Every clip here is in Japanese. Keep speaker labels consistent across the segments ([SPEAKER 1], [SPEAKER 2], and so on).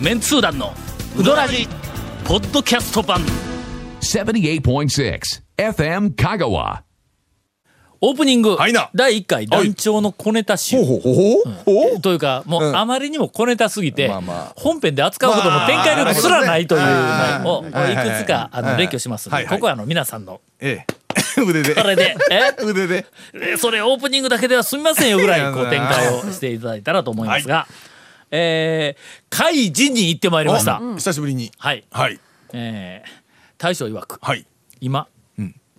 [SPEAKER 1] メンツー団のウドラジポッドキャスト版
[SPEAKER 2] 78.6 FM Kagawa.
[SPEAKER 1] オープニング
[SPEAKER 3] はいな
[SPEAKER 1] 第1回団長の小ネタ集、
[SPEAKER 3] ほうほうほうほう
[SPEAKER 1] というかもう
[SPEAKER 3] うん
[SPEAKER 1] あまりにも小ネタすぎて、
[SPEAKER 3] まあまあ
[SPEAKER 1] 本編で扱うことも展開力すらないという
[SPEAKER 3] まあ
[SPEAKER 1] のを
[SPEAKER 3] あー
[SPEAKER 1] いくつかあ
[SPEAKER 3] は
[SPEAKER 1] の
[SPEAKER 3] い
[SPEAKER 1] 列挙しますの
[SPEAKER 3] は
[SPEAKER 1] で
[SPEAKER 3] いはい
[SPEAKER 1] ここはあの皆さんの
[SPEAKER 3] ええ 腕で
[SPEAKER 1] これでえ
[SPEAKER 3] 腕で
[SPEAKER 1] えーそれオープニングだけではすみませんよぐらいこう
[SPEAKER 3] いや
[SPEAKER 1] 展
[SPEAKER 3] いや
[SPEAKER 1] 開をしていただいたらと思いますが、えー、開示に行ってまいりました。
[SPEAKER 3] お久しぶりに
[SPEAKER 1] はい、
[SPEAKER 3] はい
[SPEAKER 1] えー、大将曰く
[SPEAKER 3] はい
[SPEAKER 1] 今、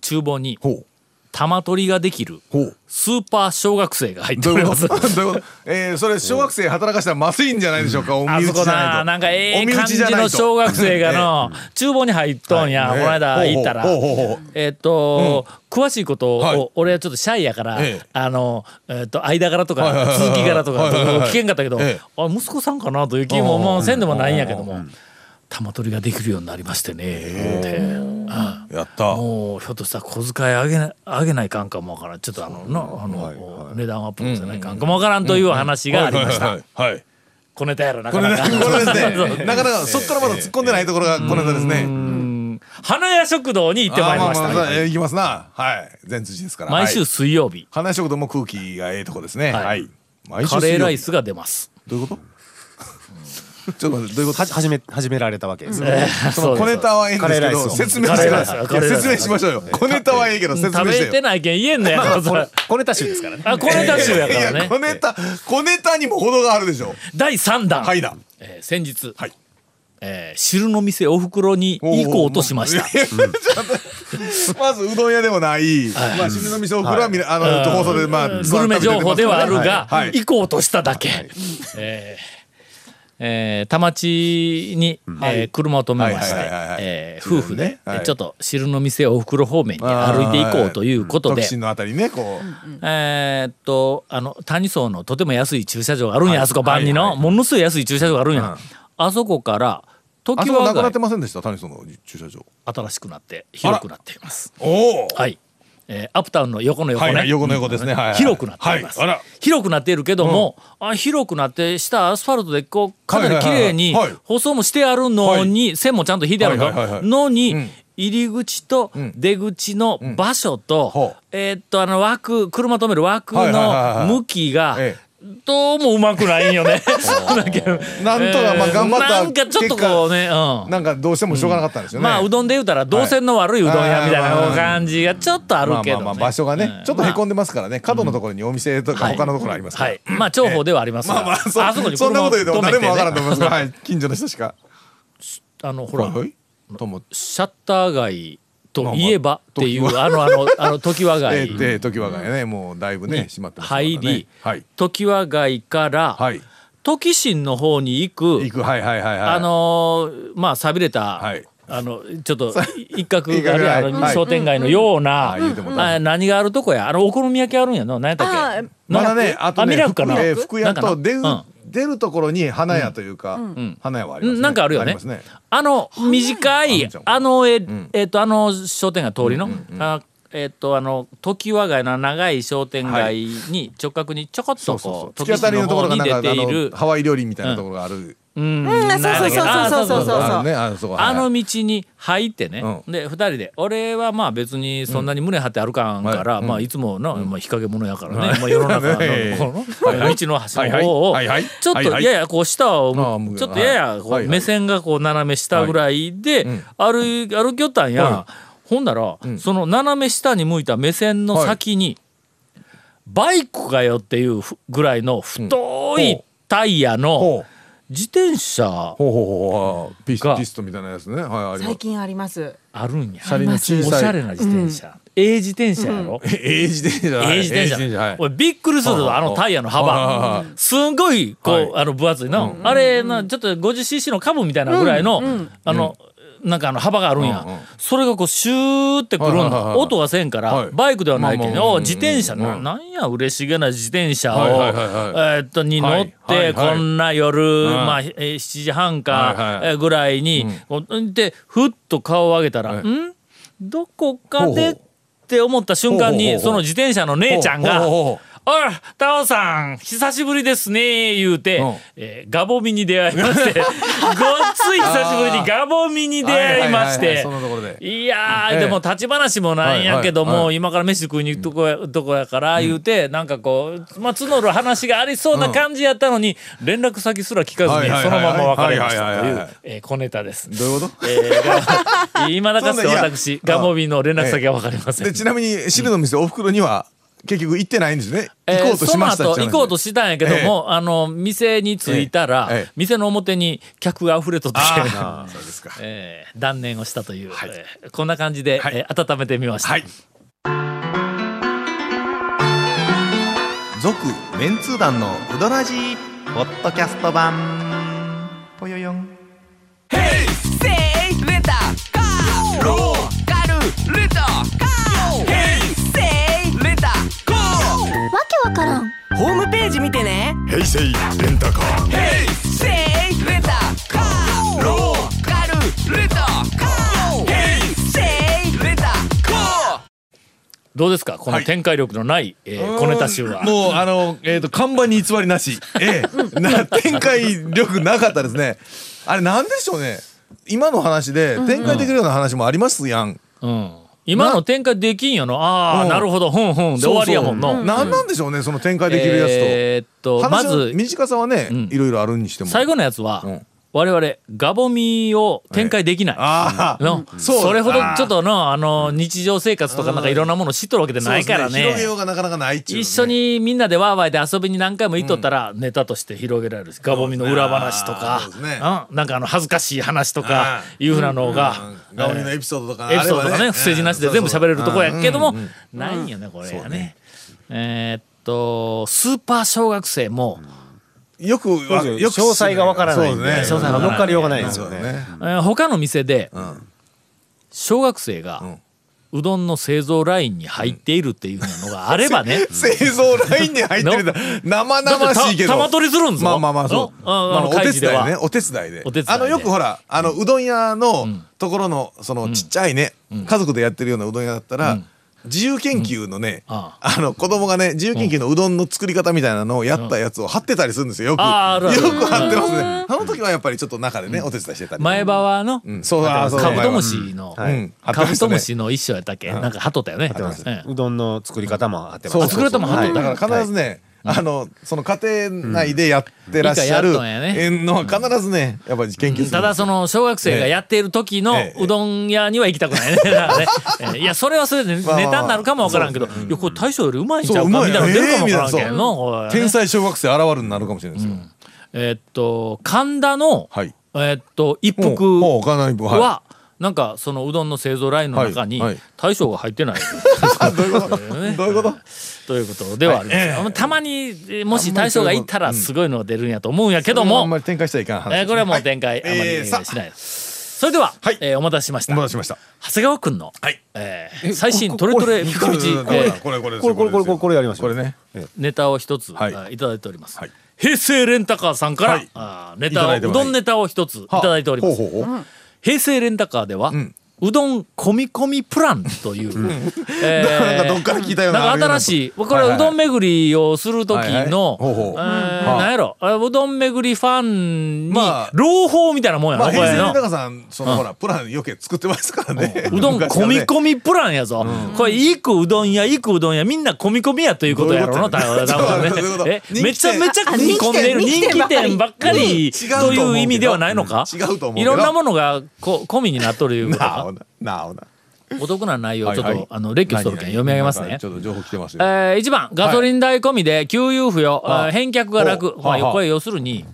[SPEAKER 1] 厨房に
[SPEAKER 3] ほう
[SPEAKER 1] 玉取りができる
[SPEAKER 3] ほ う
[SPEAKER 1] スーパー小学生が入って
[SPEAKER 3] ど
[SPEAKER 1] お
[SPEAKER 3] うい
[SPEAKER 1] り
[SPEAKER 3] うこ
[SPEAKER 1] ます
[SPEAKER 3] と。どういうことえーそれ小学生働かしたらまずいんじゃないでしょうかお
[SPEAKER 1] あ
[SPEAKER 3] 身
[SPEAKER 1] そ
[SPEAKER 3] 内じ
[SPEAKER 1] こ
[SPEAKER 3] ゃない
[SPEAKER 1] な、
[SPEAKER 3] と
[SPEAKER 1] なんかええ
[SPEAKER 3] お身
[SPEAKER 1] 感
[SPEAKER 3] 内
[SPEAKER 1] じ
[SPEAKER 3] じゃない
[SPEAKER 1] の
[SPEAKER 3] と
[SPEAKER 1] 小学生が の、厨房に入っとんや、
[SPEAKER 3] はい
[SPEAKER 1] この間
[SPEAKER 3] ええ
[SPEAKER 1] 行ったら
[SPEAKER 3] ほうほうほうほう、
[SPEAKER 1] えっと、詳しいこと
[SPEAKER 3] はい
[SPEAKER 1] を、俺はちょっとシャイやから
[SPEAKER 3] ええ、
[SPEAKER 1] あの、えっと、間柄と
[SPEAKER 3] はいはいは
[SPEAKER 1] か、
[SPEAKER 3] い
[SPEAKER 1] 続き柄とか
[SPEAKER 3] はいはいはい、
[SPEAKER 1] 聞けんかったけど、
[SPEAKER 3] ええ
[SPEAKER 1] あ、息子さんかなという気ももうせんでもないんやけども、玉取りができるようになりましてね、って
[SPEAKER 3] やった
[SPEAKER 1] もうひょっとしたら小遣い上げな上げないかんかもわからんちょっとあのなあの、値段アップじゃないかんかもわからんという話がありました、
[SPEAKER 3] はいはいはい
[SPEAKER 1] 小ネタやろな
[SPEAKER 3] こ
[SPEAKER 1] か
[SPEAKER 3] れ
[SPEAKER 1] な
[SPEAKER 3] ね
[SPEAKER 1] か
[SPEAKER 3] こ れ
[SPEAKER 1] そう
[SPEAKER 3] ですねなかなかそっからまだ突っ込んでないところがこの間ですね
[SPEAKER 1] 花屋食堂に行ってまいりました、
[SPEAKER 3] あああえー行きますなはい全通じですから
[SPEAKER 1] 毎週
[SPEAKER 3] はい
[SPEAKER 1] 水曜日、
[SPEAKER 3] 花食堂も空気がええとこですね
[SPEAKER 1] はい
[SPEAKER 3] はい毎週
[SPEAKER 1] カ
[SPEAKER 3] 水
[SPEAKER 1] レ
[SPEAKER 3] 曜
[SPEAKER 1] ーライスが出ます
[SPEAKER 3] どういうこと ちょっと待ってどういうこと
[SPEAKER 4] はじ始め始められたわけですね。
[SPEAKER 1] そ
[SPEAKER 3] 小ネタはええんですけど
[SPEAKER 4] そうで
[SPEAKER 3] 説
[SPEAKER 4] す
[SPEAKER 3] 明してくだ
[SPEAKER 1] カ
[SPEAKER 3] さ
[SPEAKER 1] レ
[SPEAKER 3] い
[SPEAKER 1] ーライスカレーライス
[SPEAKER 3] 説明しましょうよ小ネタはええけど説
[SPEAKER 1] 食
[SPEAKER 3] 明
[SPEAKER 1] べ
[SPEAKER 3] しててよ
[SPEAKER 1] ないけん言えんねや ろそれ
[SPEAKER 4] これタ集ですから ね。
[SPEAKER 1] あ小ネタ集や
[SPEAKER 3] い
[SPEAKER 1] から
[SPEAKER 3] や
[SPEAKER 1] ね
[SPEAKER 3] 小ネタ小ネタにも程があるでしょ
[SPEAKER 1] 第3弾、
[SPEAKER 3] はいだ
[SPEAKER 1] えー先日、
[SPEAKER 3] はい
[SPEAKER 1] えー汁の店おふくろに行こうとしました
[SPEAKER 3] たまずうどん屋でもないまあ汁の味噌おふくろはみなあの放送でまあ
[SPEAKER 1] グルメ情報ではあるが、
[SPEAKER 3] はい
[SPEAKER 1] 行こうとしただけ。えーえー、田町に、えー車を止めまして
[SPEAKER 3] はいはいはいはい
[SPEAKER 1] えー夫婦で、
[SPEAKER 3] ねはい
[SPEAKER 1] えーちょっと汁の店おふくろ方面に歩いていこうということで
[SPEAKER 3] 特、進のあたりねこ
[SPEAKER 1] えーっとあの谷荘のとても安い駐車場があるんや、あそこ万里の、ものすごい安い駐車場があるんや、あそこから
[SPEAKER 3] うあ
[SPEAKER 1] 時
[SPEAKER 3] そこ
[SPEAKER 1] は
[SPEAKER 3] なくなってませんでした谷その駐車場
[SPEAKER 1] 新しくなって広くなっています。
[SPEAKER 3] おお
[SPEAKER 1] はい、えーアップタウンの横の横ね、
[SPEAKER 3] はいはい横の横ですねはいはい
[SPEAKER 1] 広くなっています、
[SPEAKER 3] はいあら
[SPEAKER 1] 広くなっているけども、あ広くなって下アスファルトでこうかなり綺麗に
[SPEAKER 3] はいはいはいはい
[SPEAKER 1] 舗装もしてあるのに、線もちゃんと引いてあるの,、
[SPEAKER 3] はいはいはいはい
[SPEAKER 1] のに、
[SPEAKER 3] ん
[SPEAKER 1] 入り口と出口の場所
[SPEAKER 3] ほ
[SPEAKER 1] と
[SPEAKER 3] う、
[SPEAKER 1] えーっとあの枠車止める枠
[SPEAKER 3] はいはいはいは
[SPEAKER 1] の
[SPEAKER 3] い
[SPEAKER 1] 向きが
[SPEAKER 3] ええ
[SPEAKER 1] どうもうまくないんよ ね。なんか
[SPEAKER 3] なんとかまあ頑張った
[SPEAKER 1] なんかちょっとこうね、うん、
[SPEAKER 3] なんかどうしてもしょうがなかったんですよね
[SPEAKER 1] まあうどんで言うたら動線の悪いうどん屋みたいな感じがちょっとあるけど、ね
[SPEAKER 3] まあまあまあ場所がね、ちょっとへこん
[SPEAKER 1] で
[SPEAKER 3] でますからね角のところにお店とか他のところありますから、
[SPEAKER 1] はい、まあ重宝ではありますが、
[SPEAKER 3] まあまあそ
[SPEAKER 1] あ そこに
[SPEAKER 3] そん
[SPEAKER 1] 車
[SPEAKER 3] なこ
[SPEAKER 1] を
[SPEAKER 3] と言うと
[SPEAKER 1] 止め
[SPEAKER 3] 誰
[SPEAKER 1] て、
[SPEAKER 3] も
[SPEAKER 1] ね、
[SPEAKER 3] わからんと思いますが、はい、近所の人しか
[SPEAKER 1] あのほ
[SPEAKER 3] ほら
[SPEAKER 1] ら
[SPEAKER 3] はいとも
[SPEAKER 1] シャッター街といえばっていう、
[SPEAKER 3] まあ
[SPEAKER 1] あ、のあのあの時和
[SPEAKER 3] え
[SPEAKER 1] 街
[SPEAKER 3] ー、で時はがねもうだいぶね閉まってますからね
[SPEAKER 1] 入り、
[SPEAKER 3] はい
[SPEAKER 1] 時和街から、
[SPEAKER 3] はい
[SPEAKER 1] 時新の方に行く
[SPEAKER 3] 行くはいはいはいはい
[SPEAKER 1] あのーまあ寂れた、
[SPEAKER 3] はい
[SPEAKER 1] あのちょっと一角があるやん
[SPEAKER 3] 一角が
[SPEAKER 1] あの
[SPEAKER 3] はい
[SPEAKER 1] 商店街のような、
[SPEAKER 3] はい言うてもうた
[SPEAKER 1] あ何があるとこやあのお好み焼きあるんやの何やったっけ
[SPEAKER 3] まだねあと
[SPEAKER 1] あ
[SPEAKER 3] ね
[SPEAKER 1] ミラクかな、
[SPEAKER 3] えー服屋
[SPEAKER 1] なんか
[SPEAKER 3] と
[SPEAKER 1] な
[SPEAKER 3] 出る
[SPEAKER 1] うん
[SPEAKER 3] 出るところに花屋というか、花屋はあります、ね、
[SPEAKER 1] なんかあるよね。
[SPEAKER 3] りますね
[SPEAKER 1] あの短い
[SPEAKER 3] あじゃん
[SPEAKER 1] あのえっ、えっとあの商店街通りの、あえっとあの時和街の長い商店街に直角にちょこっ
[SPEAKER 3] そ
[SPEAKER 1] と
[SPEAKER 3] うそう
[SPEAKER 1] こ
[SPEAKER 3] そう
[SPEAKER 1] う
[SPEAKER 3] 突き当たりのところが
[SPEAKER 1] 時
[SPEAKER 3] な
[SPEAKER 1] 市の
[SPEAKER 3] んかあ
[SPEAKER 1] 方に出ている
[SPEAKER 3] のハワイ料理みたいなところがある、
[SPEAKER 1] うん
[SPEAKER 5] うんあそうそうそう
[SPEAKER 1] なんだっけ
[SPEAKER 5] そうそうそうそう
[SPEAKER 1] あ
[SPEAKER 3] あるねあのそこ
[SPEAKER 1] あの
[SPEAKER 3] はい
[SPEAKER 1] 道に入ってね、
[SPEAKER 3] う
[SPEAKER 1] で2人で俺はまあ別にそんなに胸張って歩かんから、
[SPEAKER 3] はい
[SPEAKER 1] まあ、いつもの、まあ、日陰者やからね、まあ、世の中の
[SPEAKER 3] ええ
[SPEAKER 1] この道の端の方を
[SPEAKER 3] はいはいはいはい
[SPEAKER 1] ちょっ
[SPEAKER 3] はい
[SPEAKER 1] と
[SPEAKER 3] はい
[SPEAKER 1] ややこう下を
[SPEAKER 3] あ
[SPEAKER 1] 向
[SPEAKER 3] あ向
[SPEAKER 1] く
[SPEAKER 3] く
[SPEAKER 1] ちょっとややこ
[SPEAKER 3] は
[SPEAKER 1] う
[SPEAKER 3] い
[SPEAKER 1] 目線がこう斜め下ぐらいで歩い歩きよったんや
[SPEAKER 3] は
[SPEAKER 1] ほんならその斜め下に向いた目線の先にバイクがよっていうふぐらいの太
[SPEAKER 3] うん
[SPEAKER 1] い
[SPEAKER 3] ほう
[SPEAKER 1] タイヤ
[SPEAKER 3] ほ
[SPEAKER 1] の
[SPEAKER 3] う
[SPEAKER 1] 自転車
[SPEAKER 3] ほうほうほうほうピス
[SPEAKER 1] が
[SPEAKER 3] ピストみたいなやつねはいありま
[SPEAKER 5] 最
[SPEAKER 3] す
[SPEAKER 5] 近あります。
[SPEAKER 1] あるんや。
[SPEAKER 3] 車輪の小さい
[SPEAKER 1] おしゃれな自転車。ええ自転車やろ。え
[SPEAKER 3] ええ自転車
[SPEAKER 1] え自転
[SPEAKER 3] ええ
[SPEAKER 1] 車
[SPEAKER 3] は。い
[SPEAKER 1] 俺びっくりする
[SPEAKER 3] は
[SPEAKER 1] ぞ
[SPEAKER 3] あ
[SPEAKER 1] あのタイヤの
[SPEAKER 3] はあ
[SPEAKER 1] 幅
[SPEAKER 3] は。
[SPEAKER 1] すんごい
[SPEAKER 3] は
[SPEAKER 1] こ
[SPEAKER 3] いう
[SPEAKER 1] あの分厚いな。あれなちょっと 50cc の株みたいなぐらいのあの。なんかあの幅があるんや
[SPEAKER 3] うんうん
[SPEAKER 1] それがこうシューってくるん
[SPEAKER 3] はいはいはいは
[SPEAKER 1] だ
[SPEAKER 3] い
[SPEAKER 1] 音がせんか
[SPEAKER 3] は
[SPEAKER 1] ら
[SPEAKER 3] い
[SPEAKER 1] バイクではないけ
[SPEAKER 3] まあまあ
[SPEAKER 1] ど
[SPEAKER 3] うん
[SPEAKER 1] 自転車な
[SPEAKER 3] うん
[SPEAKER 1] なんや嬉しげな自転車
[SPEAKER 3] はい
[SPEAKER 1] を
[SPEAKER 3] は
[SPEAKER 1] え
[SPEAKER 3] いはい
[SPEAKER 1] ーっとに乗っ
[SPEAKER 3] はいは
[SPEAKER 1] て
[SPEAKER 3] いは
[SPEAKER 1] こ
[SPEAKER 3] い
[SPEAKER 1] んな夜
[SPEAKER 3] ん
[SPEAKER 1] まあえー7時半か
[SPEAKER 3] はい
[SPEAKER 1] え
[SPEAKER 3] は
[SPEAKER 1] ーぐらいにこうでふっと顔を上げたら
[SPEAKER 3] はい
[SPEAKER 1] んどこか
[SPEAKER 3] ほうほ
[SPEAKER 1] で
[SPEAKER 3] う
[SPEAKER 1] って思った瞬間
[SPEAKER 3] ほうほうほ
[SPEAKER 1] に
[SPEAKER 3] う
[SPEAKER 1] その自転車の姉ちゃんが
[SPEAKER 3] ほうほうほう
[SPEAKER 1] おい、タオさん、久しぶりですね、言うて、
[SPEAKER 3] うん
[SPEAKER 1] えーガボミに出会いま して、ごっつい久しぶりにガボミに出会いまし
[SPEAKER 3] はいはいはいはい
[SPEAKER 1] て
[SPEAKER 3] そん、なところで。
[SPEAKER 1] いやー、
[SPEAKER 3] ええ
[SPEAKER 1] でも立ち話もなんやけども、
[SPEAKER 3] はいはいは
[SPEAKER 1] 今から飯食いに行くとこや,、とこやから言うて、なんかこう、まあ、募る話がありそうな感じやったのに、連絡先すら聞かずに、
[SPEAKER 3] はいはいはい
[SPEAKER 1] そのまま別れましたとい
[SPEAKER 3] はいはいはいは
[SPEAKER 1] う
[SPEAKER 3] い、
[SPEAKER 1] えー小ネタです。
[SPEAKER 3] どういうこ
[SPEAKER 1] えー、今だかつて
[SPEAKER 3] そんないや
[SPEAKER 1] 私、ガモビの連絡先は分かりませ
[SPEAKER 3] と
[SPEAKER 1] ん
[SPEAKER 3] で。ちなみに汁の店お袋には結局行ってないんですね。
[SPEAKER 1] えー
[SPEAKER 3] 行こうとしました
[SPEAKER 1] その後行こうと
[SPEAKER 3] し
[SPEAKER 1] したんやけども、あの店に着いたら、
[SPEAKER 3] ええええ
[SPEAKER 1] 店の表に客が溢れとって、
[SPEAKER 3] た。そうですか。
[SPEAKER 1] えー断念をしたという、えーこんな感じで、えー温めてみました、
[SPEAKER 3] はい。
[SPEAKER 5] 続メンツー団のウドラジーポッドキャスト版ぽよよん
[SPEAKER 6] せいレンタカーローカルレンタカーヘイセイレンタカーわけわからんホームページ見てねヘイセイレンタカーヘイセイレンタカーローカルレンタカーヘイセイレンタカー
[SPEAKER 1] どうですかこの展開力のない、えー小ネタ集は
[SPEAKER 3] もうあのえっ、と看板に偽りなし。ええ。な展開力なかったですね。あれなんでしょうね。今の話で展開できるような話もありますやん。
[SPEAKER 1] うん、今の展開できんやのああ
[SPEAKER 3] うん
[SPEAKER 1] なるほどふんふんで終わりやもんの
[SPEAKER 3] そうそうなんなんでしょうねその展開できるやつと。
[SPEAKER 1] えーっとま
[SPEAKER 3] 話の
[SPEAKER 1] ず
[SPEAKER 3] 短さはね、
[SPEAKER 1] ん
[SPEAKER 3] いろいろあるにしても
[SPEAKER 1] 最後のやつは、
[SPEAKER 3] うん
[SPEAKER 1] 我々ガボミを展開できない、
[SPEAKER 3] ああ
[SPEAKER 1] のそ
[SPEAKER 3] そう
[SPEAKER 1] れほど
[SPEAKER 3] あー
[SPEAKER 1] ちょっとのあの日常生活とかなんかいろんなもの知っとるわけで
[SPEAKER 3] そう
[SPEAKER 1] な
[SPEAKER 3] で
[SPEAKER 1] い
[SPEAKER 3] すね
[SPEAKER 1] からね
[SPEAKER 3] 広げようがなかなかないっちゅう、ね、
[SPEAKER 1] 一緒にみんなでワーワーで遊びに何回も行っとったら、ネタとして広げられるしガボミの裏話とか
[SPEAKER 3] そうですね
[SPEAKER 1] うんなんかあの恥ずかしい話とか
[SPEAKER 3] あー
[SPEAKER 1] いうふうなのが、
[SPEAKER 3] うんガオリのエピソードとかあれ
[SPEAKER 1] エ
[SPEAKER 3] ば
[SPEAKER 1] ピソードがね、不正字なしで全部喋れるとこやけども
[SPEAKER 3] うんうん、
[SPEAKER 1] ないんよね、これがね。えーっと、スーパー小学生も、
[SPEAKER 3] よくわ
[SPEAKER 4] そうです
[SPEAKER 3] よく
[SPEAKER 4] 詳細がわからないん
[SPEAKER 3] そ
[SPEAKER 4] で
[SPEAKER 3] うです
[SPEAKER 1] 詳細がわからない
[SPEAKER 4] 乗っかりようがないです
[SPEAKER 3] そう
[SPEAKER 4] よ
[SPEAKER 3] だ
[SPEAKER 4] ね。
[SPEAKER 3] ね
[SPEAKER 1] えー他の店で
[SPEAKER 3] ん、、
[SPEAKER 1] 小学生が、うどんの製造ラインに入っているっていうのがあればね
[SPEAKER 3] 製造ラインに入ってるんだ生
[SPEAKER 1] だって
[SPEAKER 3] 々しいけど
[SPEAKER 1] た玉取りするんぞ。
[SPEAKER 3] まあまあまあそう
[SPEAKER 1] のああの
[SPEAKER 3] お手
[SPEAKER 1] 会議で
[SPEAKER 3] 伝い
[SPEAKER 1] は
[SPEAKER 3] ね。お手伝いで
[SPEAKER 1] お手伝いで
[SPEAKER 3] あのよくほらあのうどん屋のところのそのちっちゃいね、家族でやってるようなうどん屋だったら、自由研究のね、
[SPEAKER 1] うん
[SPEAKER 3] あ
[SPEAKER 1] あ
[SPEAKER 3] の子供がね自由研究のうどんの作り方みたいなのをやったやつを貼ってたりするんですよよくよく
[SPEAKER 1] ああるある
[SPEAKER 3] 貼ってますねあの時はやっぱりちょっと中でねお手伝いしてたり
[SPEAKER 1] 前歯はの、
[SPEAKER 3] うんそうああそう
[SPEAKER 1] カブトムシの、
[SPEAKER 3] はいうん
[SPEAKER 1] カブトムシの一生やったっけ、なんかハトったよね。うん
[SPEAKER 4] うどんの作り方もあってます。
[SPEAKER 3] そう
[SPEAKER 1] あ作れたもん貼っとった
[SPEAKER 3] だから必ずね、あのその家庭内でやってらっしゃる、
[SPEAKER 1] うん以下やっとんやね
[SPEAKER 3] えんのは必ずねやっぱり研究する
[SPEAKER 1] ただその小学生がやっている時の
[SPEAKER 3] ええ
[SPEAKER 1] うどん屋には行きたくないね。だから ねええいやそれはそれでネ
[SPEAKER 3] まあまあ
[SPEAKER 1] タになるかもわからんけど、いやこれ大将よりうまいんちゃう
[SPEAKER 3] そ
[SPEAKER 1] か
[SPEAKER 3] う
[SPEAKER 1] みたいなの
[SPEAKER 3] うまい
[SPEAKER 1] 出るかもわからんけ
[SPEAKER 3] ええ
[SPEAKER 1] んの。
[SPEAKER 3] 天
[SPEAKER 1] 才
[SPEAKER 3] 才小学生現るになるかもしれないですよ、
[SPEAKER 1] えっと神田の
[SPEAKER 3] はい
[SPEAKER 1] えっと一
[SPEAKER 3] もう
[SPEAKER 1] 服
[SPEAKER 3] もうお金にはい
[SPEAKER 1] はなんかそのうどんの製造ラインの中に
[SPEAKER 3] はいはい
[SPEAKER 1] 大将が入ってない。
[SPEAKER 3] どういう こと
[SPEAKER 1] ね
[SPEAKER 3] どういうこと
[SPEAKER 1] ということではありますがたまにえもし大将が行ったらすごいのが出るんやと思うんやけど
[SPEAKER 3] あんま
[SPEAKER 1] も、
[SPEAKER 3] り展開しちゃいかん話
[SPEAKER 1] えーこれはもう展開あ
[SPEAKER 3] は
[SPEAKER 1] ま
[SPEAKER 3] い
[SPEAKER 1] り
[SPEAKER 3] えー
[SPEAKER 1] し
[SPEAKER 3] さ
[SPEAKER 1] ないです。それでは
[SPEAKER 3] はい
[SPEAKER 1] えーお待たせしまし
[SPEAKER 3] お
[SPEAKER 1] た
[SPEAKER 3] 待。たせしました
[SPEAKER 1] 長谷川くんの、えー最新トレトレみこみち
[SPEAKER 3] これこれこれ
[SPEAKER 4] これこれこれこれこれやりましょ
[SPEAKER 3] こ
[SPEAKER 4] う。
[SPEAKER 3] れね
[SPEAKER 1] ネタを一つ、
[SPEAKER 3] はい
[SPEAKER 1] あいただいております、
[SPEAKER 3] はい
[SPEAKER 1] 平成レンタカーさんから、
[SPEAKER 3] はい
[SPEAKER 1] あネ
[SPEAKER 3] いた
[SPEAKER 1] タ
[SPEAKER 3] だ
[SPEAKER 1] を
[SPEAKER 3] いて
[SPEAKER 1] う
[SPEAKER 3] ます
[SPEAKER 1] どんネタを一ついただいております、
[SPEAKER 3] ほうほうほう
[SPEAKER 1] 平成レンタカーでは、うんどん込み込みプランという、 えー
[SPEAKER 3] なんかどっから聞いたよう
[SPEAKER 1] な
[SPEAKER 3] な
[SPEAKER 1] んか新しいこれ
[SPEAKER 3] はいは
[SPEAKER 1] はい
[SPEAKER 3] はいう
[SPEAKER 1] どん巡りをする時の
[SPEAKER 3] はいはいほうほ
[SPEAKER 1] え
[SPEAKER 3] う
[SPEAKER 1] ーなんやろあうどん巡りファンに
[SPEAKER 3] まあ
[SPEAKER 1] 朗報みたいなもんや
[SPEAKER 3] ま
[SPEAKER 1] な
[SPEAKER 3] あ
[SPEAKER 1] こ
[SPEAKER 3] 平
[SPEAKER 1] れ
[SPEAKER 3] 成
[SPEAKER 1] の
[SPEAKER 3] の高さんそのほらプラン余計作ってますからね
[SPEAKER 1] うどん
[SPEAKER 3] 昔は
[SPEAKER 1] 込み
[SPEAKER 3] ね
[SPEAKER 1] 込みプランやぞ。これ、いくうどん屋、いくうどん屋、みんな込み込みやということやろな、
[SPEAKER 3] どう
[SPEAKER 1] 多分
[SPEAKER 3] とや
[SPEAKER 1] ね
[SPEAKER 3] そうそういうこと。
[SPEAKER 1] え、めちゃめちゃ
[SPEAKER 6] あ
[SPEAKER 1] 込み込んでる
[SPEAKER 6] 人
[SPEAKER 1] 人
[SPEAKER 6] 気店
[SPEAKER 1] 気店ばっかりという意味ではないのか
[SPEAKER 3] 違うと思うけど
[SPEAKER 1] いろんなものがこ込みになっとるいうこと
[SPEAKER 3] なあ
[SPEAKER 1] か
[SPEAKER 3] おななあおな
[SPEAKER 1] お得な内容をちょっ
[SPEAKER 3] はいは
[SPEAKER 1] と
[SPEAKER 3] い、
[SPEAKER 1] あの、列挙しとるけん読み上げますね
[SPEAKER 3] ち。ょっと情報来てますよ
[SPEAKER 1] えー、1番、ガソリン代込みで給油不要、
[SPEAKER 3] あ
[SPEAKER 1] えー返却が楽。
[SPEAKER 3] ほう
[SPEAKER 1] まあ、
[SPEAKER 3] はあ
[SPEAKER 1] これ要するに、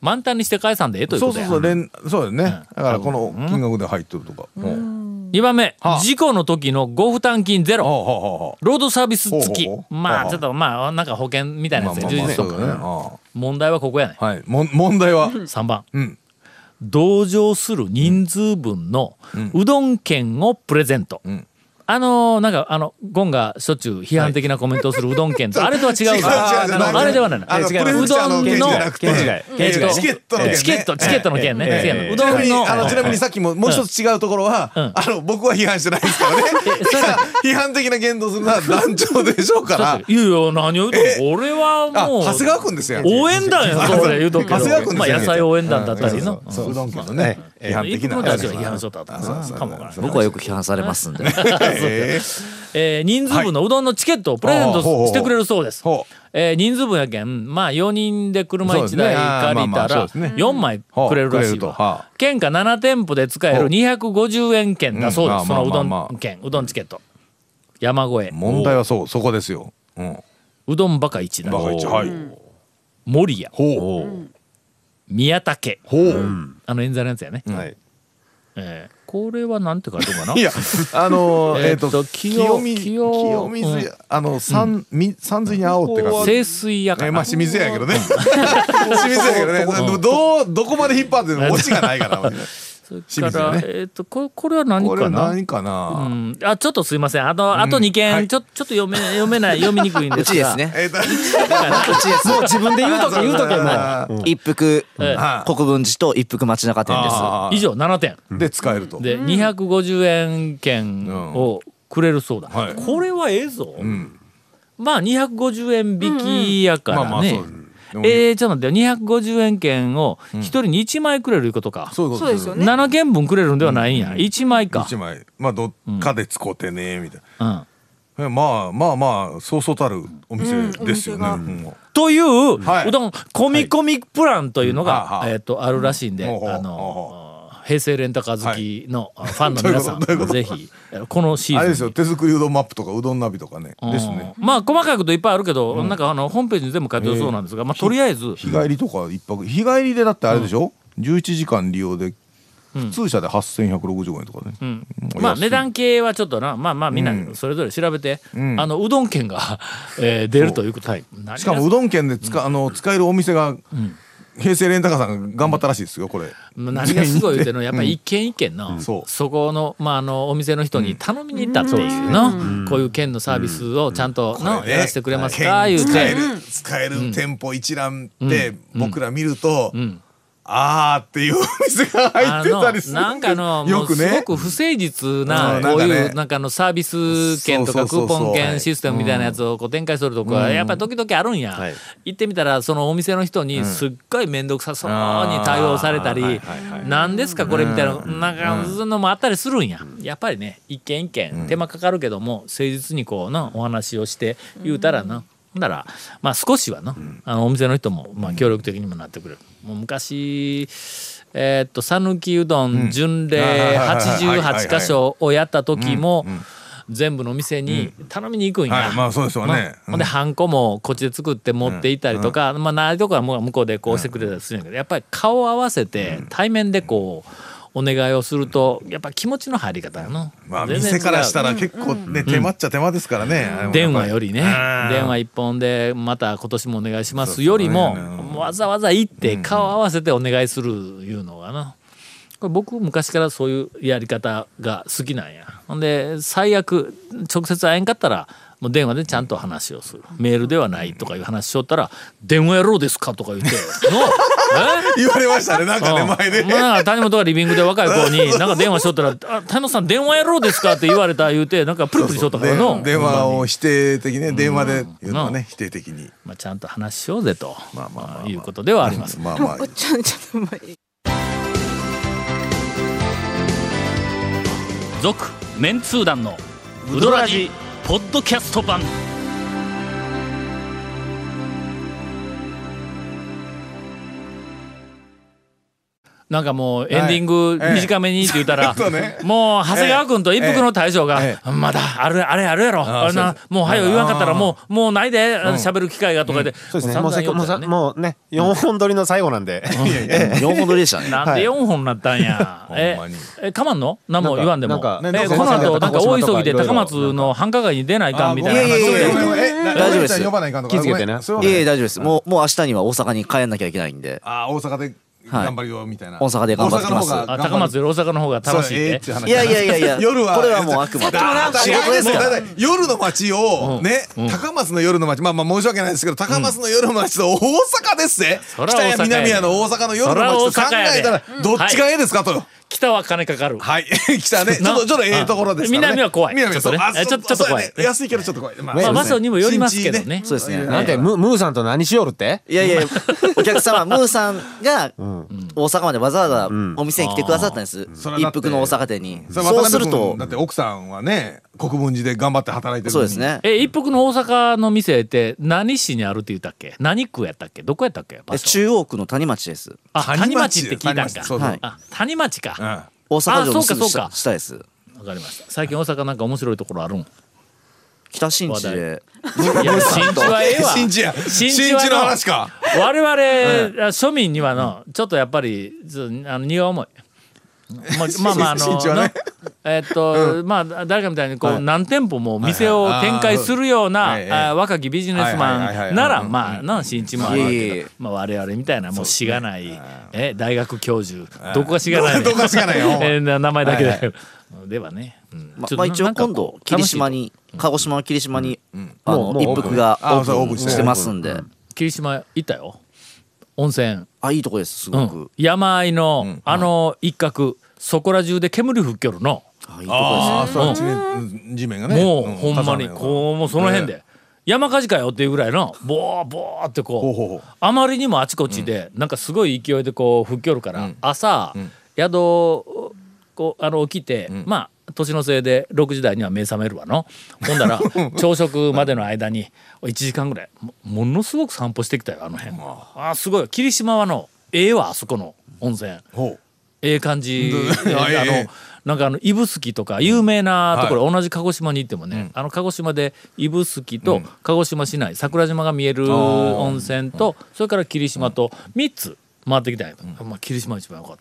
[SPEAKER 1] 満タンにして返さんでええという
[SPEAKER 3] そ
[SPEAKER 1] こ
[SPEAKER 3] う
[SPEAKER 1] と
[SPEAKER 3] そ
[SPEAKER 1] や
[SPEAKER 3] うそう。連そうだよねだからこの金額で入っとるとかうん
[SPEAKER 1] 2番目
[SPEAKER 3] はあ、
[SPEAKER 1] 事故の時のご負担金ゼロ
[SPEAKER 3] は。あはあはあは
[SPEAKER 1] ロードサービス付き
[SPEAKER 3] ほうほ。う
[SPEAKER 1] ま
[SPEAKER 3] ほ
[SPEAKER 1] あ、
[SPEAKER 3] う
[SPEAKER 1] ちょっとまあ、なんか保険みた
[SPEAKER 3] あ
[SPEAKER 1] いな
[SPEAKER 3] まあ
[SPEAKER 1] やつ
[SPEAKER 3] ま
[SPEAKER 1] で充
[SPEAKER 3] あまあ
[SPEAKER 1] 実
[SPEAKER 3] そ
[SPEAKER 1] と
[SPEAKER 3] う
[SPEAKER 1] か
[SPEAKER 3] だね
[SPEAKER 1] な。
[SPEAKER 3] あ
[SPEAKER 1] 問題はここやね。
[SPEAKER 3] あはいもん問題は
[SPEAKER 1] 3番。
[SPEAKER 3] うん
[SPEAKER 1] 同乗する人数分のうどん券をプレゼント。あのーなんかあのゴンがしょっちゅう批判的なコメントをす るうどん県と、あれとは違うぞ
[SPEAKER 3] 違う違う違う
[SPEAKER 1] あのあれではないの
[SPEAKER 3] あの
[SPEAKER 1] えー違う
[SPEAKER 3] プ
[SPEAKER 1] う
[SPEAKER 3] ロフィクサー
[SPEAKER 1] ど
[SPEAKER 3] の
[SPEAKER 1] ん
[SPEAKER 3] 件じ
[SPEAKER 1] の
[SPEAKER 3] ゃなくて
[SPEAKER 4] 県違い
[SPEAKER 1] えー
[SPEAKER 4] 県違い
[SPEAKER 1] と
[SPEAKER 3] チケットの件ね
[SPEAKER 1] チケットチケットの件ね、
[SPEAKER 4] ええ
[SPEAKER 1] 違うの
[SPEAKER 4] ええ
[SPEAKER 1] う
[SPEAKER 3] ちな
[SPEAKER 1] ど
[SPEAKER 3] み
[SPEAKER 1] ん
[SPEAKER 3] に
[SPEAKER 1] の
[SPEAKER 3] あのちなみにさっきももう一つ違うところは、
[SPEAKER 1] うん
[SPEAKER 3] あの僕は批判してないですからねただ批判的な言動する のは団長でしょうか
[SPEAKER 1] だ
[SPEAKER 3] ら
[SPEAKER 1] っていやいや何を言うと俺は
[SPEAKER 3] あ
[SPEAKER 1] もう
[SPEAKER 3] 長谷川君ですよ
[SPEAKER 1] 応援団やそれ言うとくけど
[SPEAKER 3] 長谷川君です
[SPEAKER 1] まあ
[SPEAKER 3] よ
[SPEAKER 1] 野菜応援団だったりの
[SPEAKER 3] うんそうそううどん県の
[SPEAKER 4] はい
[SPEAKER 3] ね批
[SPEAKER 1] え
[SPEAKER 3] 判
[SPEAKER 1] ー
[SPEAKER 3] 的
[SPEAKER 1] 行く
[SPEAKER 3] な
[SPEAKER 1] のたちは批判しとったとか
[SPEAKER 3] そうそう
[SPEAKER 1] かもわからん
[SPEAKER 7] 僕はよく批判されますんで。
[SPEAKER 3] えー
[SPEAKER 1] えー人数分のうどんのチケットをプレゼントしてくれるそうです。
[SPEAKER 3] ほう
[SPEAKER 1] えー人数分やけん、まあ4人で車
[SPEAKER 3] そうです
[SPEAKER 1] 1
[SPEAKER 3] ね
[SPEAKER 1] 台
[SPEAKER 3] あー
[SPEAKER 1] 借り
[SPEAKER 3] まあ
[SPEAKER 1] た
[SPEAKER 3] まあそう
[SPEAKER 1] ら
[SPEAKER 3] ですね
[SPEAKER 1] 4枚くれるらしい
[SPEAKER 3] ほうくれると
[SPEAKER 1] わ
[SPEAKER 3] は。
[SPEAKER 1] 県下7店舗で使え
[SPEAKER 3] ほ
[SPEAKER 1] る
[SPEAKER 3] う
[SPEAKER 1] 250円券だそうで
[SPEAKER 3] う
[SPEAKER 1] す。
[SPEAKER 3] ん
[SPEAKER 1] そ
[SPEAKER 3] ま
[SPEAKER 1] の
[SPEAKER 3] あ
[SPEAKER 1] う
[SPEAKER 3] まあま
[SPEAKER 1] ど
[SPEAKER 3] あまあ
[SPEAKER 1] ん券、うどんチケット。山越え。
[SPEAKER 3] 問題はそうそこですよ、うん、
[SPEAKER 1] うどんバカ一だ
[SPEAKER 3] バ。カ一はい
[SPEAKER 1] 守谷、
[SPEAKER 3] ほう
[SPEAKER 1] 宮武。
[SPEAKER 3] ほう、
[SPEAKER 1] あの演座のやつやね。
[SPEAKER 4] はい
[SPEAKER 1] えーこれはなんて書いてるかな
[SPEAKER 3] いやあの
[SPEAKER 1] え
[SPEAKER 3] え
[SPEAKER 1] ー
[SPEAKER 3] っ
[SPEAKER 1] っと
[SPEAKER 3] と
[SPEAKER 1] 清
[SPEAKER 3] 清水
[SPEAKER 1] 清
[SPEAKER 3] 清
[SPEAKER 1] う
[SPEAKER 3] 水
[SPEAKER 1] ん
[SPEAKER 3] あの三み三水に青って書く
[SPEAKER 1] 清水やか
[SPEAKER 3] え
[SPEAKER 1] ら。
[SPEAKER 3] まあ清水屋やけどね 清水屋やけどねでもどうどこまで引っ張ってもオチがないから
[SPEAKER 1] それか
[SPEAKER 3] 清水や
[SPEAKER 1] ら、
[SPEAKER 3] ね
[SPEAKER 1] えーっと、ここれは何
[SPEAKER 3] これ
[SPEAKER 1] かな
[SPEAKER 3] 何かな、
[SPEAKER 1] うんあちょっとすいませんあの、あと2件、
[SPEAKER 3] はい
[SPEAKER 1] ちょちょっと読め 読めない読みにくいんですが
[SPEAKER 7] うちですね。
[SPEAKER 3] えっ、と
[SPEAKER 1] だから
[SPEAKER 7] うちです。もう自分で言うと
[SPEAKER 3] 言うとけもう
[SPEAKER 7] 一服
[SPEAKER 1] え
[SPEAKER 3] え
[SPEAKER 7] 国分寺と一服町中店です。
[SPEAKER 3] あー
[SPEAKER 1] 以上7点
[SPEAKER 3] で使えると
[SPEAKER 1] で、250円券をくれるそうだ、
[SPEAKER 3] はい
[SPEAKER 1] これはええぞ、
[SPEAKER 3] ん
[SPEAKER 1] まあ250円引きやか
[SPEAKER 3] まあま
[SPEAKER 1] ら
[SPEAKER 3] あ
[SPEAKER 1] ね、
[SPEAKER 3] そうでも
[SPEAKER 1] えー、ちょっと待って250円券を1人に1枚くれるいうことか、
[SPEAKER 3] そういうことです
[SPEAKER 6] そうですよね
[SPEAKER 1] 7件分くれるんではないんや、1枚か
[SPEAKER 3] 一枚まあどっかで使ってねみたい
[SPEAKER 1] うん、
[SPEAKER 3] な、えまあまあまあそうそうたるお店ですよね、
[SPEAKER 6] うんお
[SPEAKER 3] うん
[SPEAKER 1] という、
[SPEAKER 3] はいう
[SPEAKER 1] どん込み込みプランというのが、
[SPEAKER 3] はい
[SPEAKER 1] えっ、とあるらしいんで、
[SPEAKER 3] うんほう
[SPEAKER 1] あ
[SPEAKER 3] ほう
[SPEAKER 1] の平成レンタカー好きのあファンの皆さん、
[SPEAKER 3] どういうこと
[SPEAKER 1] ぜひえこのシーズン
[SPEAKER 3] あれですよ手作りうどんマップとかうどんナビとかね
[SPEAKER 1] うん
[SPEAKER 3] ですね
[SPEAKER 1] まあ細かいこといっぱいあるけど、なんかあのホームページに全部書いてるそうなんですが、まあとりあえず
[SPEAKER 3] 日帰りとか一泊日帰りでだってあれでしょ、11時間利用で普通車で8160円とかね、うん
[SPEAKER 1] まあ
[SPEAKER 3] 安い
[SPEAKER 1] 値段系はちょっとなまあまあみんなそれぞれ調べて、あのうどん券が、 えー出るということ、何
[SPEAKER 3] しかもうどん県で使,、あの使えるお店が、平成レンタカーさんが頑張ったらしいですよこれ、
[SPEAKER 1] 何がすごい言うてるのはやっぱり一軒一軒の、
[SPEAKER 3] そう
[SPEAKER 1] そこの,、まあ、あのお店の人に頼みに行ったっていうの、こういう県のサービスをちゃんとの、やらせてくれますか言う
[SPEAKER 3] 県使え
[SPEAKER 1] て
[SPEAKER 3] る、使える店舗一覧で僕ら見ると、
[SPEAKER 1] ん
[SPEAKER 3] あーっていうお店が入ってたりする
[SPEAKER 1] なんかあのも
[SPEAKER 3] よ
[SPEAKER 1] う
[SPEAKER 3] く
[SPEAKER 1] すご
[SPEAKER 3] ね
[SPEAKER 1] く不誠実な
[SPEAKER 3] うん
[SPEAKER 1] こう
[SPEAKER 3] なん
[SPEAKER 1] い
[SPEAKER 3] か
[SPEAKER 1] う
[SPEAKER 3] ね
[SPEAKER 1] なんかあのサービス券とかク
[SPEAKER 3] そ
[SPEAKER 1] ー
[SPEAKER 3] うそうそうそう
[SPEAKER 1] ポン券システムみたいなやつをこう展開するとこはやっぱり時々あるんや
[SPEAKER 4] はい
[SPEAKER 1] 行ってみたらそのお店の人にすっごい面倒くさそうに対応されたり何ですかこれみたいななんかそういうのもあったりするんややっぱりね一軒一軒手間かかるけども誠実にこうなお話をして言うたらなほんならまあ少しはなあのお店の人もまあ協力的にもなってくれるもう昔えーっと讃岐うどん巡礼88箇所をやった時も全部のお店に頼みに行くんや、
[SPEAKER 3] はいまあそうですよね、
[SPEAKER 1] ほんでハンコもこっちで作って持っていったりとか、まあないとこはもう向こうでこうしてくれたりするんやけどやっぱり顔を合わせて対面でこうお願いをするとやっぱ気持ちの入り方やの、
[SPEAKER 3] まあ
[SPEAKER 1] 全然違う
[SPEAKER 3] 店からしたら結構ね、手間っちゃ手間ですからね、あれも
[SPEAKER 1] 電話よりね
[SPEAKER 3] うん
[SPEAKER 1] 電話一本でまた今年もお願いしますよりも
[SPEAKER 3] そうそうね
[SPEAKER 1] わざわざ行って顔合わせてお願いするいうのがなこれ僕昔からそういうやり方が好きなんやほんで最悪直接会えんかったらもう電話でちゃんと話をするメールではないとかいう話しとったら「電話やろうですか?」とか言って 「のえ
[SPEAKER 3] 言われましたねなんかね前で、
[SPEAKER 1] うんまあなんか谷本がリビングで若い子になんか電話しとったら「あ谷本さん電話やろうですか?」って言われた言うてなんかプリプリしとったからの
[SPEAKER 3] で電話を否定的ね電話で言うのは
[SPEAKER 1] う
[SPEAKER 3] ね否定的に
[SPEAKER 1] まあ、ちゃんと話しようぜと、
[SPEAKER 3] まあまあまあまあ
[SPEAKER 1] いうことではあります。
[SPEAKER 3] まあまあ
[SPEAKER 6] ちょちょっと待って
[SPEAKER 1] 続、メンツー団のウドラジポッドキャスト版。なんかもうエンディング
[SPEAKER 3] はい
[SPEAKER 1] 短めにって言ったら、
[SPEAKER 3] ええそうね
[SPEAKER 1] もう長谷川君と一服の大将が、
[SPEAKER 3] え
[SPEAKER 1] まだあれあれあるやろ
[SPEAKER 3] あ
[SPEAKER 1] あれな
[SPEAKER 3] そうです
[SPEAKER 1] もう早よ言わんかったらもうもうないで喋る機会がとかで、
[SPEAKER 4] そうですねも
[SPEAKER 1] も
[SPEAKER 4] う
[SPEAKER 1] 散
[SPEAKER 4] せ
[SPEAKER 1] 々言
[SPEAKER 4] も
[SPEAKER 1] た
[SPEAKER 4] うさ
[SPEAKER 1] よね
[SPEAKER 4] もうね4本撮りの最後なんで
[SPEAKER 7] 四本撮りでしたね。
[SPEAKER 1] なんで4本なったんや。え
[SPEAKER 3] ほんまに、
[SPEAKER 1] え、かまんの何も言わんでも。
[SPEAKER 4] なんか
[SPEAKER 1] え
[SPEAKER 4] なんか
[SPEAKER 1] この
[SPEAKER 4] なん
[SPEAKER 1] 後、
[SPEAKER 4] か
[SPEAKER 1] なんか大急ぎで
[SPEAKER 4] なんか
[SPEAKER 1] 高松の繁華街に出ないかんみたいな
[SPEAKER 3] あごめん
[SPEAKER 1] 話
[SPEAKER 7] いやいやいや
[SPEAKER 1] で
[SPEAKER 3] ごめんごめんえ
[SPEAKER 7] 大丈夫です
[SPEAKER 3] ごめん呼ばないかんのか
[SPEAKER 4] 気付けて
[SPEAKER 3] ご
[SPEAKER 4] ね
[SPEAKER 3] めんそれはい
[SPEAKER 7] えいえ大丈夫です。もうもう明日には大阪に帰んなきゃいけないんで。
[SPEAKER 3] あー大阪で
[SPEAKER 7] はい
[SPEAKER 3] 頑張るよみたいな、
[SPEAKER 7] 大阪で頑張ってきます
[SPEAKER 3] 大阪の方
[SPEAKER 1] あ
[SPEAKER 3] が頑張る
[SPEAKER 1] 高松より大阪の方が楽しいって。
[SPEAKER 3] そうええって話
[SPEAKER 7] いやいやいやい や
[SPEAKER 3] 夜は
[SPEAKER 7] これはもうあくまで仕事ですから
[SPEAKER 3] だいたい夜の街をね、高松の夜の街まあまあ申し訳ないですけど高松の夜の街と大阪ですぜ、
[SPEAKER 1] そら大
[SPEAKER 3] 北
[SPEAKER 1] 阪
[SPEAKER 3] や
[SPEAKER 1] や
[SPEAKER 3] 南やの大阪の夜の街と
[SPEAKER 1] そら
[SPEAKER 3] 考
[SPEAKER 1] 大阪やで
[SPEAKER 3] えたらどっちがええですかと、
[SPEAKER 1] 北は金かかる。
[SPEAKER 3] はい 来たねちょっと
[SPEAKER 1] な
[SPEAKER 3] ちょっとええところですからね
[SPEAKER 1] 南は怖い
[SPEAKER 3] 南はそう
[SPEAKER 1] ちょっとね
[SPEAKER 3] あそう
[SPEAKER 1] えちょっとちょっと怖い
[SPEAKER 3] そうやね安いけどちょっと怖いまあ
[SPEAKER 1] まあ、
[SPEAKER 3] そ
[SPEAKER 1] 場
[SPEAKER 3] うですね
[SPEAKER 1] 所にもよりますけどね。
[SPEAKER 7] そうですね
[SPEAKER 4] なんでムムーさんと何しよるって
[SPEAKER 7] いやいやいやお客様ムーさんが大阪までわざわざお店に来てくださったんです
[SPEAKER 3] それはだ
[SPEAKER 7] 一
[SPEAKER 3] って
[SPEAKER 7] 服の大阪店に
[SPEAKER 3] それ渡
[SPEAKER 7] そう
[SPEAKER 3] 辺
[SPEAKER 7] すると
[SPEAKER 3] 君だって奥さんはね国分寺で頑張って働いてる
[SPEAKER 7] そ
[SPEAKER 3] の
[SPEAKER 7] う
[SPEAKER 3] に
[SPEAKER 7] ですね
[SPEAKER 1] え、一服の大阪の店って何市にあるって言ったっけ何区やったっけどこやったっけ場
[SPEAKER 7] え
[SPEAKER 1] 所
[SPEAKER 7] 中央区の谷町です
[SPEAKER 1] あ、
[SPEAKER 3] 谷
[SPEAKER 1] 谷
[SPEAKER 3] 町
[SPEAKER 1] 町って聞いたん
[SPEAKER 3] 谷
[SPEAKER 1] か
[SPEAKER 3] 町そうそう
[SPEAKER 7] はい。
[SPEAKER 1] あ、谷町か。
[SPEAKER 3] うん
[SPEAKER 1] わ
[SPEAKER 7] 大阪城
[SPEAKER 1] あ
[SPEAKER 7] の
[SPEAKER 1] そ
[SPEAKER 7] す
[SPEAKER 1] う
[SPEAKER 7] ぐ
[SPEAKER 1] かそうか
[SPEAKER 7] 下下です
[SPEAKER 1] かりました。最近大阪なんか面白いところあるん。い
[SPEAKER 7] 北新地で
[SPEAKER 1] や、新地はええわ。
[SPEAKER 3] 新地や
[SPEAKER 1] 新地
[SPEAKER 3] 新
[SPEAKER 1] は
[SPEAKER 3] 地の話か
[SPEAKER 1] 我々、あ庶民にはの、ちょっとやっぱり、ちょあの荷が重い。 ままあまああ
[SPEAKER 3] 新
[SPEAKER 1] の、
[SPEAKER 3] 地はね
[SPEAKER 1] のえっと、まあ誰かみたいにこう、何店舗も店を展開するような、
[SPEAKER 3] はいはいあーはい
[SPEAKER 1] あ若きビジネス
[SPEAKER 3] はいはいはい
[SPEAKER 1] マ
[SPEAKER 3] は
[SPEAKER 1] ン
[SPEAKER 3] い
[SPEAKER 1] なら
[SPEAKER 3] うん
[SPEAKER 1] まあな新地もあるわ
[SPEAKER 7] いえい
[SPEAKER 1] け
[SPEAKER 7] え
[SPEAKER 1] ど、まあ、我々みたいなもうしがない、え大学教授どこがしがないねん
[SPEAKER 3] どこがし がないよ
[SPEAKER 1] えーな名前だけで、ではね、うん
[SPEAKER 7] ま
[SPEAKER 1] ちょっと
[SPEAKER 7] まあ一
[SPEAKER 1] な
[SPEAKER 7] 応
[SPEAKER 1] んか
[SPEAKER 7] 今
[SPEAKER 1] こ
[SPEAKER 7] 度
[SPEAKER 1] う
[SPEAKER 7] 霧島
[SPEAKER 1] 楽しい
[SPEAKER 7] に鹿児島の霧島にあ
[SPEAKER 4] もうも
[SPEAKER 7] の
[SPEAKER 4] う
[SPEAKER 7] 一服が
[SPEAKER 3] オープンあそう
[SPEAKER 7] オ
[SPEAKER 3] オー
[SPEAKER 7] ー
[SPEAKER 3] プ
[SPEAKER 7] プ
[SPEAKER 3] ン
[SPEAKER 7] ン
[SPEAKER 3] して
[SPEAKER 7] してますんで
[SPEAKER 1] と霧島行ったよ温泉
[SPEAKER 7] あいいとこですす
[SPEAKER 1] う
[SPEAKER 7] ご
[SPEAKER 1] ん
[SPEAKER 7] く、
[SPEAKER 1] 山あいの、あの一角そこら中で煙吹きょるの、
[SPEAKER 7] あいいとこ
[SPEAKER 3] ああそう地面地面がね
[SPEAKER 1] もう、
[SPEAKER 3] ん
[SPEAKER 1] ほんまに
[SPEAKER 3] 重なるよ
[SPEAKER 1] こうもうその辺で、山火事かよっていうぐらいのボーボーってこう
[SPEAKER 3] ほうほうほう
[SPEAKER 1] あまりにもあちこちで、なんかすごい勢いでこう吹きょるから、朝、宿をこうあの起きて、まあ年のせいで6時台には目覚めるわのほん だら朝食までの間に1時間ぐらいもものすごく散歩してきたよあの辺あーすごい霧島はのええわあそこの温泉。
[SPEAKER 3] ほう
[SPEAKER 1] ええ感じ
[SPEAKER 3] うん
[SPEAKER 1] であ
[SPEAKER 3] あええええ
[SPEAKER 1] のなんかあの指宿とか有名なところ、同じ鹿児島に行ってもね、あの鹿児島で指宿と鹿児島市内桜島が見える温泉と、それから霧島と3つ回ってきたんやけど、まあ、霧島一番良かっ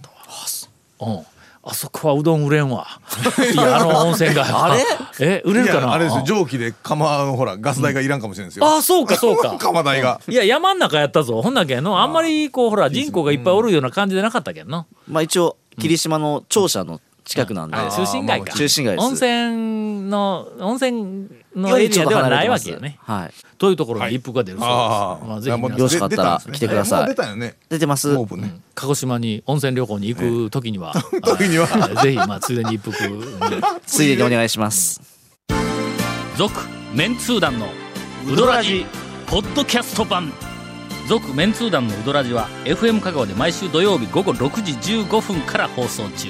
[SPEAKER 1] たわ。うんあそこはうどん売れん わ。いや、あの温泉が。あれ え、売れ
[SPEAKER 3] い
[SPEAKER 1] るか
[SPEAKER 3] や
[SPEAKER 1] な
[SPEAKER 3] あれですよ蒸気で釜のほらガス代がいらんかもしれないですよ、
[SPEAKER 1] ああ、そうか、そう か。
[SPEAKER 3] 釜代が、
[SPEAKER 1] いや、山ん中やったぞ。ほんだけんの、あんまり、こう、ほら、人口がいっぱいおるような感じでなかったけんの。
[SPEAKER 7] まあ一応霧島の庁舎の近くなんで
[SPEAKER 1] あ中心街か
[SPEAKER 7] 中心街です
[SPEAKER 1] 温泉の温泉の
[SPEAKER 7] よ
[SPEAKER 1] エ
[SPEAKER 7] りち
[SPEAKER 1] リア
[SPEAKER 7] ょっと
[SPEAKER 1] では
[SPEAKER 7] 離れ
[SPEAKER 1] な
[SPEAKER 7] て
[SPEAKER 1] いわけ
[SPEAKER 7] ます
[SPEAKER 1] よね。
[SPEAKER 7] はい
[SPEAKER 1] というところに一服が出るそうです。
[SPEAKER 3] ああ
[SPEAKER 1] まあ、ぜひ
[SPEAKER 3] もう
[SPEAKER 1] 皆
[SPEAKER 3] 出
[SPEAKER 1] さ
[SPEAKER 7] よ
[SPEAKER 1] ん
[SPEAKER 7] ろしかったら来てください
[SPEAKER 3] もう出たよね
[SPEAKER 7] 出てます
[SPEAKER 3] オープンね、
[SPEAKER 1] 鹿児島に温泉旅行に行く時には、
[SPEAKER 3] 時には
[SPEAKER 1] あぜひまあついでに一服
[SPEAKER 7] ついでにお願いします
[SPEAKER 1] 続メンツー団のウドラジポッドキャスト版続メンツー団のウドラジは FM 香川で毎週土曜日午後6時15分から放送中。